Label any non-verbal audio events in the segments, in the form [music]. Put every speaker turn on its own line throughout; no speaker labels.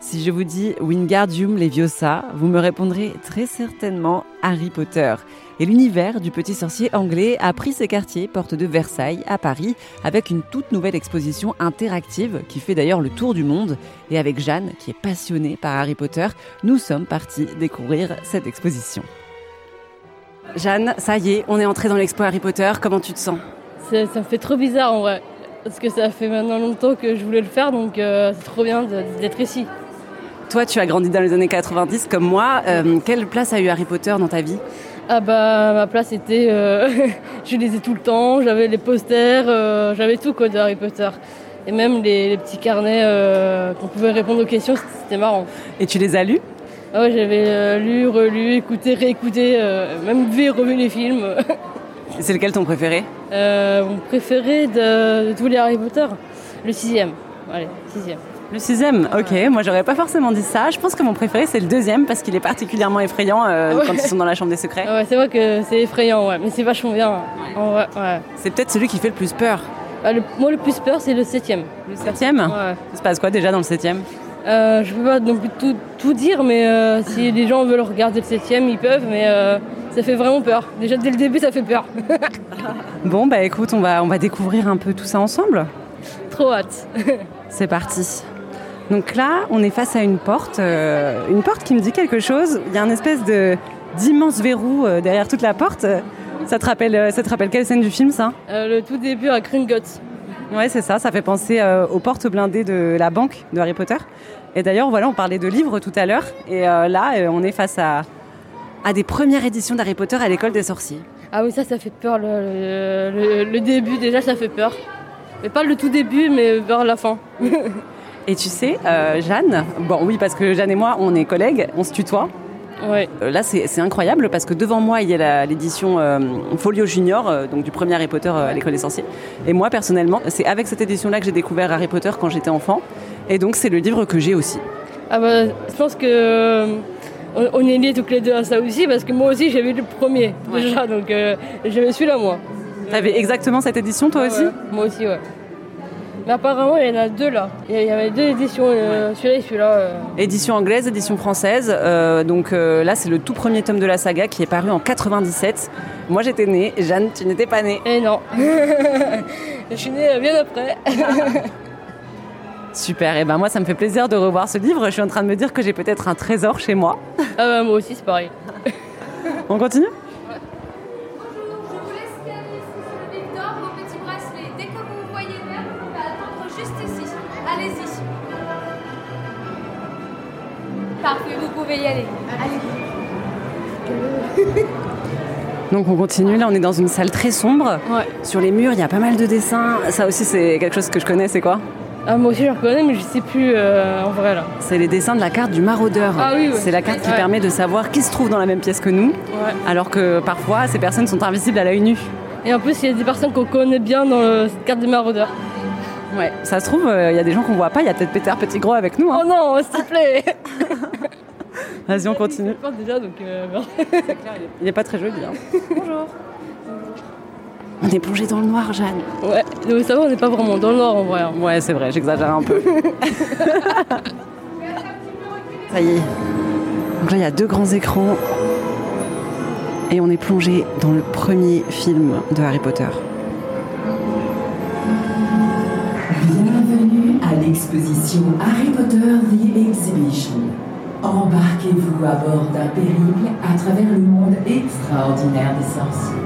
Si je vous dis Wingardium Leviosa, vous me répondrez très certainement Harry Potter. Et l'univers du petit sorcier anglais a pris ses quartiers porte de Versailles à Paris avec une toute nouvelle exposition interactive qui fait d'ailleurs le tour du monde. Et avec Jeanne, qui est passionnée par Harry Potter, nous sommes partis découvrir cette exposition. Jeanne, ça y est, on est entré dans l'expo Harry Potter. Comment tu te sens
Ça, ça me fait trop bizarre en vrai. Parce que ça fait maintenant longtemps que je voulais le faire, donc euh, c'est trop bien de- d'être ici.
Toi, tu as grandi dans les années 90 comme moi. Euh, quelle place a eu Harry Potter dans ta vie
Ah bah ma place était, euh, [laughs] je lisais tout le temps, j'avais les posters, euh, j'avais tout quoi de Harry Potter. Et même les, les petits carnets euh, qu'on pouvait répondre aux questions, c'était c'était marrant.
Et tu les as lus
Ah ouais, j'avais euh, lu, relu, écouté, réécouté, euh, même vu et revu les films. [laughs]
C'est lequel ton préféré
Euh, mon préféré de, de tous les Harry Potter, le sixième. Allez, sixième.
Le sixième, ok. Moi, j'aurais pas forcément dit ça. Je pense que mon préféré, c'est le deuxième parce qu'il est particulièrement effrayant euh,
Ah ouais.
quand ils sont dans la chambre des secrets.
Ah ouais, c'est vrai que c'est effrayant, ouais, mais c'est vachement bien. hein. En vrai, ouais.
C'est peut-être celui qui fait le plus peur.
Ah, le- moi, le plus peur, c'est le septième.
Le septième
Ouais.
Il se passe quoi déjà dans le septième
Euh, je peux pas non plus tout, tout dire, mais euh, si les gens veulent regarder le septième, ils peuvent, mais euh, ça fait vraiment peur. Déjà, dès le début, ça fait peur. [laughs]
Bon, bah écoute, on va, on va découvrir un peu tout ça ensemble.
Trop hâte.
C'est parti. Donc là, on est face à une porte, euh, une porte qui me dit quelque chose. Il y a un espèce de d'immense verrou euh, derrière toute la porte. Ça te rappelle, euh, ça te rappelle quelle scène du film ça
Euh, le tout début à Kringot.
Ouais, c'est ça. Ça fait penser euh, aux portes blindées de la banque de Harry Potter. Et d'ailleurs, voilà, on parlait de livres tout à l'heure. Et euh, là, euh, on est face à, à des premières éditions d'Harry Potter à l'école des sorciers.
Ah oui, ça, ça fait peur. Le, le- le début, déjà, ça fait peur. Mais pas le tout début, mais vers la fin.
Et tu sais, euh, Jeanne, bon, oui, parce que Jeanne et moi, on est collègues, on se tutoie.
Ouais.
Euh, Là, c'est c'est incroyable parce que devant moi, il y a la- l'édition euh, Folio Junior, euh, donc du premier Harry Potter euh, à l'école des sorciers. Et moi, personnellement, c'est avec cette édition-là que j'ai découvert Harry Potter quand j'étais enfant. Et donc, c'est le livre que j'ai aussi.
Ah bah, je pense que euh, on, on est liés toutes les deux à ça aussi, parce que moi aussi, j'avais lu le premier,
Ouais.
déjà, donc euh, j'avais celui-là, moi.
T'avais exactement cette édition, toi
Ah
aussi
ouais, Moi aussi, ouais. Mais apparemment, il y en a deux là. Il y il y avait deux éditions, euh, celui-là et celui-là. euh.
Édition anglaise, édition française. Euh, donc euh, là, c'est le tout premier tome de la saga qui est paru en 97. Moi, j'étais née. Jeanne, tu n'étais pas née. [laughs]
Eh non. Je suis née euh, bien après.
Super. Et ben moi, ça me fait plaisir de revoir ce livre. Je suis en train de me dire que j'ai peut-être un trésor chez moi.
Ah bah, moi aussi, c'est pareil.
On continue
Je vous laisse scanner sous les d'or, vos petits bracelets. Dès que vous voyez vert, vous pouvez attendre juste ici. Allez-y. Parfait, vous pouvez y aller.
Donc on continue. Là, on est dans une salle très sombre.
Ouais.
Sur les murs, il y a pas mal de dessins. Ça aussi, c'est quelque chose que je connais. C'est quoi
Ah, moi aussi, je le reconnais, mais je sais plus euh, en vrai là.
C'est les dessins de la carte du maraudeur.
Ah oui, oui.
C'est la carte qui
Ouais.
permet de savoir qui se trouve dans la même pièce que nous,
Ouais.
alors que parfois, ces personnes sont invisibles à l'œil nu.
Et en plus, il y a des personnes qu'on connaît bien dans le- cette carte des maraudeurs.
Ouais. Ça se trouve, euh, il y a des gens qu'on voit pas. Il y a peut-être Peter Petit Gros avec nous. hein.
Oh non, s'il te plaît. [laughs]
Vas-y, on continue.
Je parle déjà, donc. euh, [laughs] bon.
Il n'est pas très joli. hein. Bonjour. On est plongé dans le noir, Jeanne.
Ouais. Donc, ça va, on n'est pas vraiment dans le nord en vrai. hein.
Ouais, c'est vrai, j'exagère un peu. [laughs] Ça y est. Donc là, il y a deux grands écrans. Et on est plongé dans le premier film de Harry Potter.
Bienvenue à l'exposition Harry Potter The Exhibition. Embarquez-vous à bord d'un périple à travers le monde extraordinaire des sorciers.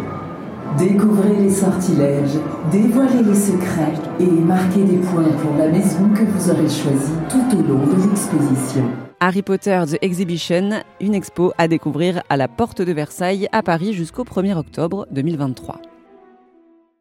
Découvrez les sortilèges, dévoilez les secrets et marquez des points pour la maison que vous aurez choisie tout au long de l'exposition.
Harry Potter The Exhibition, une expo à découvrir à la Porte de Versailles à Paris jusqu'au 1er octobre 2023.